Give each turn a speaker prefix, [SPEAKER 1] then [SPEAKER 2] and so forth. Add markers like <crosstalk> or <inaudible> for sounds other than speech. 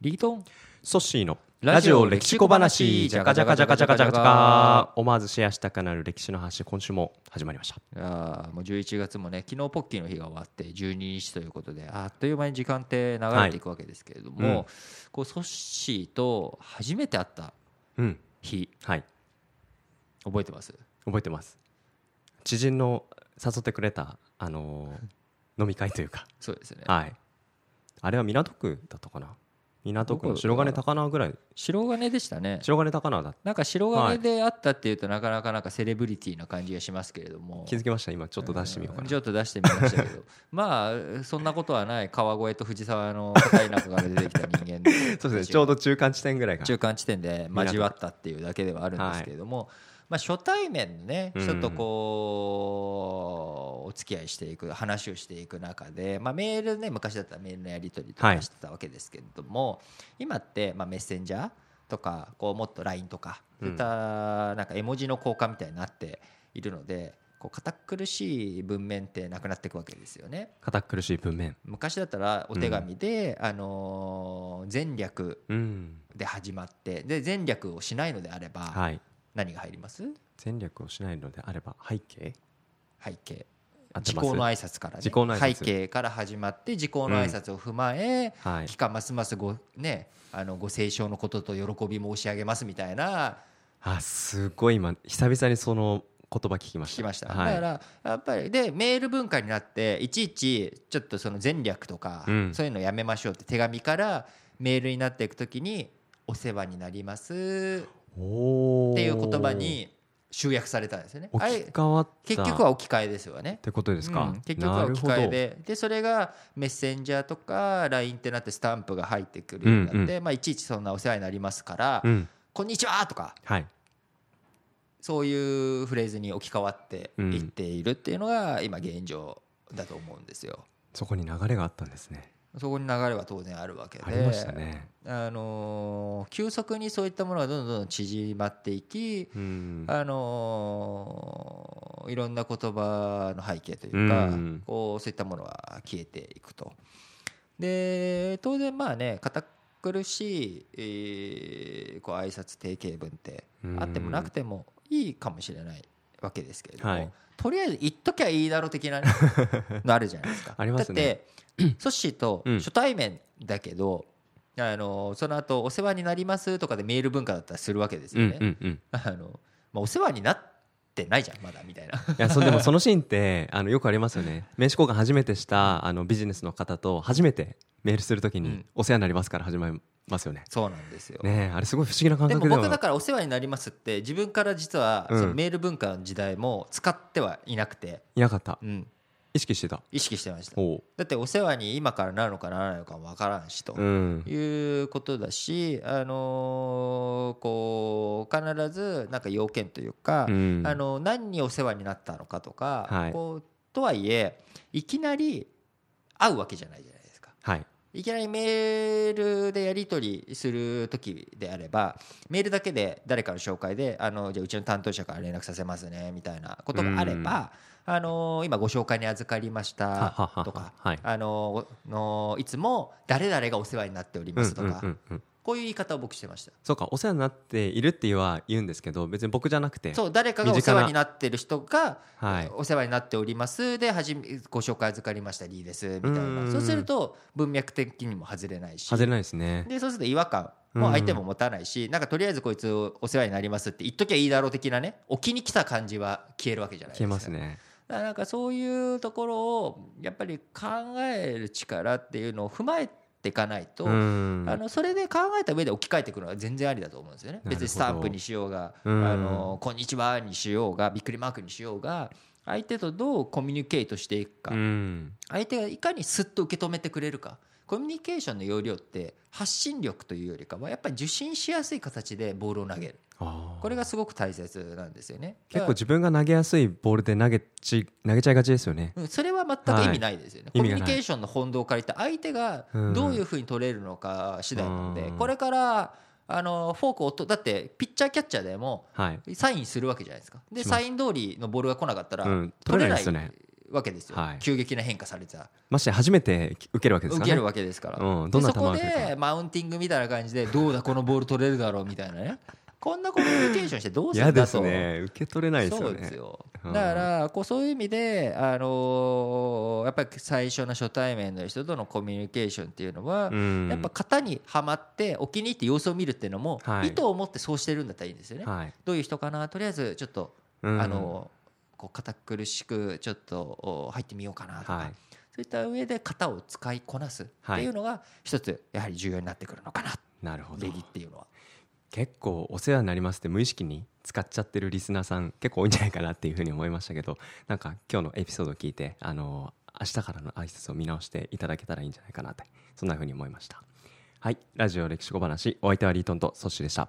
[SPEAKER 1] リートン
[SPEAKER 2] ソッシーの
[SPEAKER 1] ラジオ歴史小話
[SPEAKER 2] じゃかじゃかじゃかじゃかじゃかじゃか思わずシェアしたくなる歴史の話今週も始まりました
[SPEAKER 1] あーもう11月もね昨日ポッキーの日が終わって12日ということであっという間に時間って流れていくわけですけれども、
[SPEAKER 2] はいうん
[SPEAKER 1] こうソッシーと初めて会った
[SPEAKER 2] うん
[SPEAKER 1] 日
[SPEAKER 2] はい
[SPEAKER 1] 覚えてます
[SPEAKER 2] 覚えてます知人の誘ってくれたあのー <laughs> 飲み会というか
[SPEAKER 1] そうですね
[SPEAKER 2] はいあれは港区だったかな港区の白金高輪ぐらい
[SPEAKER 1] 白金でしたね
[SPEAKER 2] 白金高輪だった
[SPEAKER 1] なんか白金で会ったっていうとなかなかなんかセレブリティな感じがしますけれども
[SPEAKER 2] 気づきました今ちょっと出してみようか
[SPEAKER 1] ん
[SPEAKER 2] な
[SPEAKER 1] ちょっと出してみましたけど <laughs> まあそんなことはない川越と藤沢の硬い中から出てきた人間で
[SPEAKER 2] <laughs> そうですねちょうど中間地点ぐらいが
[SPEAKER 1] 中間地点で交わったっていうだけではあるんですけれども、まあ、初対面のね
[SPEAKER 2] うん
[SPEAKER 1] 人とこうお付き合いしていく話をしていく中で、まあ、メールね昔だったらメールのやり取りと
[SPEAKER 2] は
[SPEAKER 1] か
[SPEAKER 2] い
[SPEAKER 1] してたわけですけれども、今ってまあメッセンジャーとかこうもっと LINE とかそういったなんか絵文字の交換みたいになっているのでこう堅苦しい文面ってなくなっていくわけですよね。
[SPEAKER 2] 堅苦しい文面
[SPEAKER 1] 昔だったらお手紙で、あのー前略
[SPEAKER 2] うん
[SPEAKER 1] で始まってで前略をしないのであれば
[SPEAKER 2] はい
[SPEAKER 1] 何が入ります
[SPEAKER 2] 戦略をしないのであれば背景
[SPEAKER 1] 背景
[SPEAKER 2] 合って
[SPEAKER 1] 時
[SPEAKER 2] ます
[SPEAKER 1] 効の挨拶からね
[SPEAKER 2] 時効の挨拶
[SPEAKER 1] 背景から始まって時効の挨拶を踏まえ、
[SPEAKER 2] はい
[SPEAKER 1] 期間ますますごねあのご清聴のことと喜び申し上げますみたいな
[SPEAKER 2] あすごい今久々にその言葉聞きまし
[SPEAKER 1] 聞
[SPEAKER 2] た
[SPEAKER 1] きました、
[SPEAKER 2] はい
[SPEAKER 1] だからやっぱりでメール文化になっていちいちちょっとその前略とか、
[SPEAKER 2] うん
[SPEAKER 1] そういうのやめましょうって手紙からメールになっていくときに「お世話になります」
[SPEAKER 2] おー
[SPEAKER 1] っていう言葉に集約されたんですよね。
[SPEAKER 2] 置
[SPEAKER 1] あ
[SPEAKER 2] き
[SPEAKER 1] れ
[SPEAKER 2] 換わった
[SPEAKER 1] 結局は置き換えですよね
[SPEAKER 2] っ。てことですか、
[SPEAKER 1] うん結局は置き換え
[SPEAKER 2] なる
[SPEAKER 1] ででそれがメッセンジャーとか LINE ってなってスタンプが入ってくるようになって、まあ、いちいちそんなお世話になりますから「
[SPEAKER 2] ほどうん
[SPEAKER 1] こんにちは」とか
[SPEAKER 2] はい
[SPEAKER 1] そういうフレーズに置き換わっていっているっていうのが今現状だと思うんですよ。
[SPEAKER 2] そこに流れがあったんですね
[SPEAKER 1] そこに流れは当然あるわけで
[SPEAKER 2] ありましたね
[SPEAKER 1] あのー急速にそういったものがどんどんどんどん縮まっていき、
[SPEAKER 2] うん
[SPEAKER 1] あのーいろんな言葉の背景というか、
[SPEAKER 2] うん
[SPEAKER 1] こうそういったものは消えていくと。で当然まあね堅苦しい、えーこう挨拶定型文って
[SPEAKER 2] うん
[SPEAKER 1] あってもなくてもいいかもしれないわけですけれども、
[SPEAKER 2] はい
[SPEAKER 1] とりあえず言っときゃいいだろう的
[SPEAKER 2] <laughs>
[SPEAKER 1] なねのあるじゃないですか。
[SPEAKER 2] ありますね
[SPEAKER 1] だってソッシーと
[SPEAKER 2] うん
[SPEAKER 1] 初対面だけど、あのーその後お世話になりますとかでメール文化だったりするわけです
[SPEAKER 2] うん
[SPEAKER 1] よ
[SPEAKER 2] う
[SPEAKER 1] ね。
[SPEAKER 2] んうん
[SPEAKER 1] あの、まあ、お世話になってないじゃんまだみたい
[SPEAKER 2] <laughs>
[SPEAKER 1] な
[SPEAKER 2] いやそうでもそのシーンって <laughs> あのよくありますよね名刺交換初めてしたあのビジネスの方と初めてメールするとき
[SPEAKER 1] う
[SPEAKER 2] に
[SPEAKER 1] ん
[SPEAKER 2] 「お世話になります」から始まりますよね
[SPEAKER 1] そうなんですよ、
[SPEAKER 2] ねえあれすごい不思議な感
[SPEAKER 1] でも
[SPEAKER 2] 覚で
[SPEAKER 1] 僕
[SPEAKER 2] は
[SPEAKER 1] だからお世話になりますって自分から実は
[SPEAKER 2] うん
[SPEAKER 1] そのメール文化の時代も使ってはいなくて、
[SPEAKER 2] いなかった
[SPEAKER 1] うん、
[SPEAKER 2] 意識してた
[SPEAKER 1] 意識してました
[SPEAKER 2] おう
[SPEAKER 1] だってお世話に今からなるのかならないのかもわからんしと、
[SPEAKER 2] うん
[SPEAKER 1] いうことだし、あのーこう必ずなんか要件というか、
[SPEAKER 2] うん
[SPEAKER 1] あの何にお世話になったのかとか、
[SPEAKER 2] はい
[SPEAKER 1] こうとはいえいきなり会うわけじゃないじゃないですか。
[SPEAKER 2] はい
[SPEAKER 1] いきなりメールでやり取りする時であればメールだけで誰かの紹介であのじゃあうちの担当者から連絡させますねみたいなことがあれば、あの今ご紹介に預かりまし
[SPEAKER 2] はは
[SPEAKER 1] た
[SPEAKER 2] は
[SPEAKER 1] とか、
[SPEAKER 2] はい
[SPEAKER 1] あののいつも誰々がお世話になっておりますとか、
[SPEAKER 2] うんうんうんうん
[SPEAKER 1] こういう言い方を僕してました
[SPEAKER 2] そうかお世話になっているっていうは言うんですけど別に僕じゃなくて
[SPEAKER 1] そう誰かがお
[SPEAKER 2] 身
[SPEAKER 1] 世
[SPEAKER 2] 近な
[SPEAKER 1] 話になってる人が
[SPEAKER 2] はい
[SPEAKER 1] お世話になっておりますではじめご紹介預かりましたリーですみたい
[SPEAKER 2] うんうんう
[SPEAKER 1] なんそうすると文脈的にも外れないし
[SPEAKER 2] 外れないですね
[SPEAKER 1] でそうすると違和感も相手も持たないし、なんかとりあえずこいつお世話になりますって言っときゃいいだろう的なね置きに来た感じは消えるわけじゃないですか
[SPEAKER 2] 消えますね
[SPEAKER 1] だからなんかそういうところをやっぱり考える力っていうのを踏まえていかないと、
[SPEAKER 2] うん
[SPEAKER 1] あのそれで考えた上で置き換えていくのは全然ありだと思うんですよね
[SPEAKER 2] ほど
[SPEAKER 1] 別にスタンプにしようが「
[SPEAKER 2] うん
[SPEAKER 1] あのこんにちは」にしようがびっくりマークにしようが相手とどうコミュニケートしていくか、
[SPEAKER 2] うん
[SPEAKER 1] 相手がいかにスッと受け止めてくれるかコミュニケーションの要領って発信力というよりかはやっぱり受信しやすい形でボールを投げる
[SPEAKER 2] あー
[SPEAKER 1] これがすごく大切なんですよね
[SPEAKER 2] 結構自分が投げやすいボールで投げち投げちゃいがちですよね
[SPEAKER 1] うんそれは全く意味ないですよね、コ
[SPEAKER 2] はい意
[SPEAKER 1] ミュ
[SPEAKER 2] 味が
[SPEAKER 1] ニ
[SPEAKER 2] ない
[SPEAKER 1] ケーションの本堂から言って相手が
[SPEAKER 2] うん
[SPEAKER 1] どういうふうに取れるのか次第なので
[SPEAKER 2] うん
[SPEAKER 1] これからあのフォークをとだってピッチャーキャッチャーでも
[SPEAKER 2] はい
[SPEAKER 1] サインするわけじゃないですかで
[SPEAKER 2] します
[SPEAKER 1] サイン通りのボールが来なかったら
[SPEAKER 2] うん
[SPEAKER 1] 取
[SPEAKER 2] 取
[SPEAKER 1] れ
[SPEAKER 2] れな
[SPEAKER 1] ないい
[SPEAKER 2] ですよね
[SPEAKER 1] わけですよ、
[SPEAKER 2] はい
[SPEAKER 1] 急激な変化された
[SPEAKER 2] まして初めて受けるわけです
[SPEAKER 1] 受
[SPEAKER 2] か
[SPEAKER 1] け
[SPEAKER 2] ら
[SPEAKER 1] る
[SPEAKER 2] ね
[SPEAKER 1] わけですから、
[SPEAKER 2] う
[SPEAKER 1] で
[SPEAKER 2] んどんな
[SPEAKER 1] そ
[SPEAKER 2] 球
[SPEAKER 1] こ
[SPEAKER 2] が来るか
[SPEAKER 1] でマウンティングみたいな感じでどうだこのボール取れるだろうみたいなねこんなコミュニケーションしてどうする
[SPEAKER 2] 嫌
[SPEAKER 1] んだ
[SPEAKER 2] で
[SPEAKER 1] と
[SPEAKER 2] すね受け取れないです
[SPEAKER 1] そ
[SPEAKER 2] よ
[SPEAKER 1] うです
[SPEAKER 2] ね
[SPEAKER 1] よ
[SPEAKER 2] うん
[SPEAKER 1] だからこうそういう意味で、あのーやっぱり最初の初対面の人とのコミュニケーションっていうのは、
[SPEAKER 2] うん
[SPEAKER 1] やっぱ型にはまってお気に入って様子を見るっていうのも、
[SPEAKER 2] はい
[SPEAKER 1] 意図を持ってそうしてるんだったらいいんですよね、
[SPEAKER 2] はい
[SPEAKER 1] どういう人かなとりあえずちょっと、
[SPEAKER 2] うん
[SPEAKER 1] あのーこう堅苦しくちょっとお入ってみようかなとか、
[SPEAKER 2] はい
[SPEAKER 1] そういった上で型を使いこなすっていうのが一つやはり重要になってくるのかな
[SPEAKER 2] なるほど
[SPEAKER 1] 礼儀っていうのは。
[SPEAKER 2] 結構お世話になりますって無意識に使っちゃってるリスナーさん結構多いんじゃないかなっていうふうに思いましたけど <laughs> なんか今日のエピソードを聞いてあの明日からの挨拶を見直していただけたらいいんじゃないかなってそんなふうに思いましたはいラジオ歴史小話お相手はリートンとソッシーでした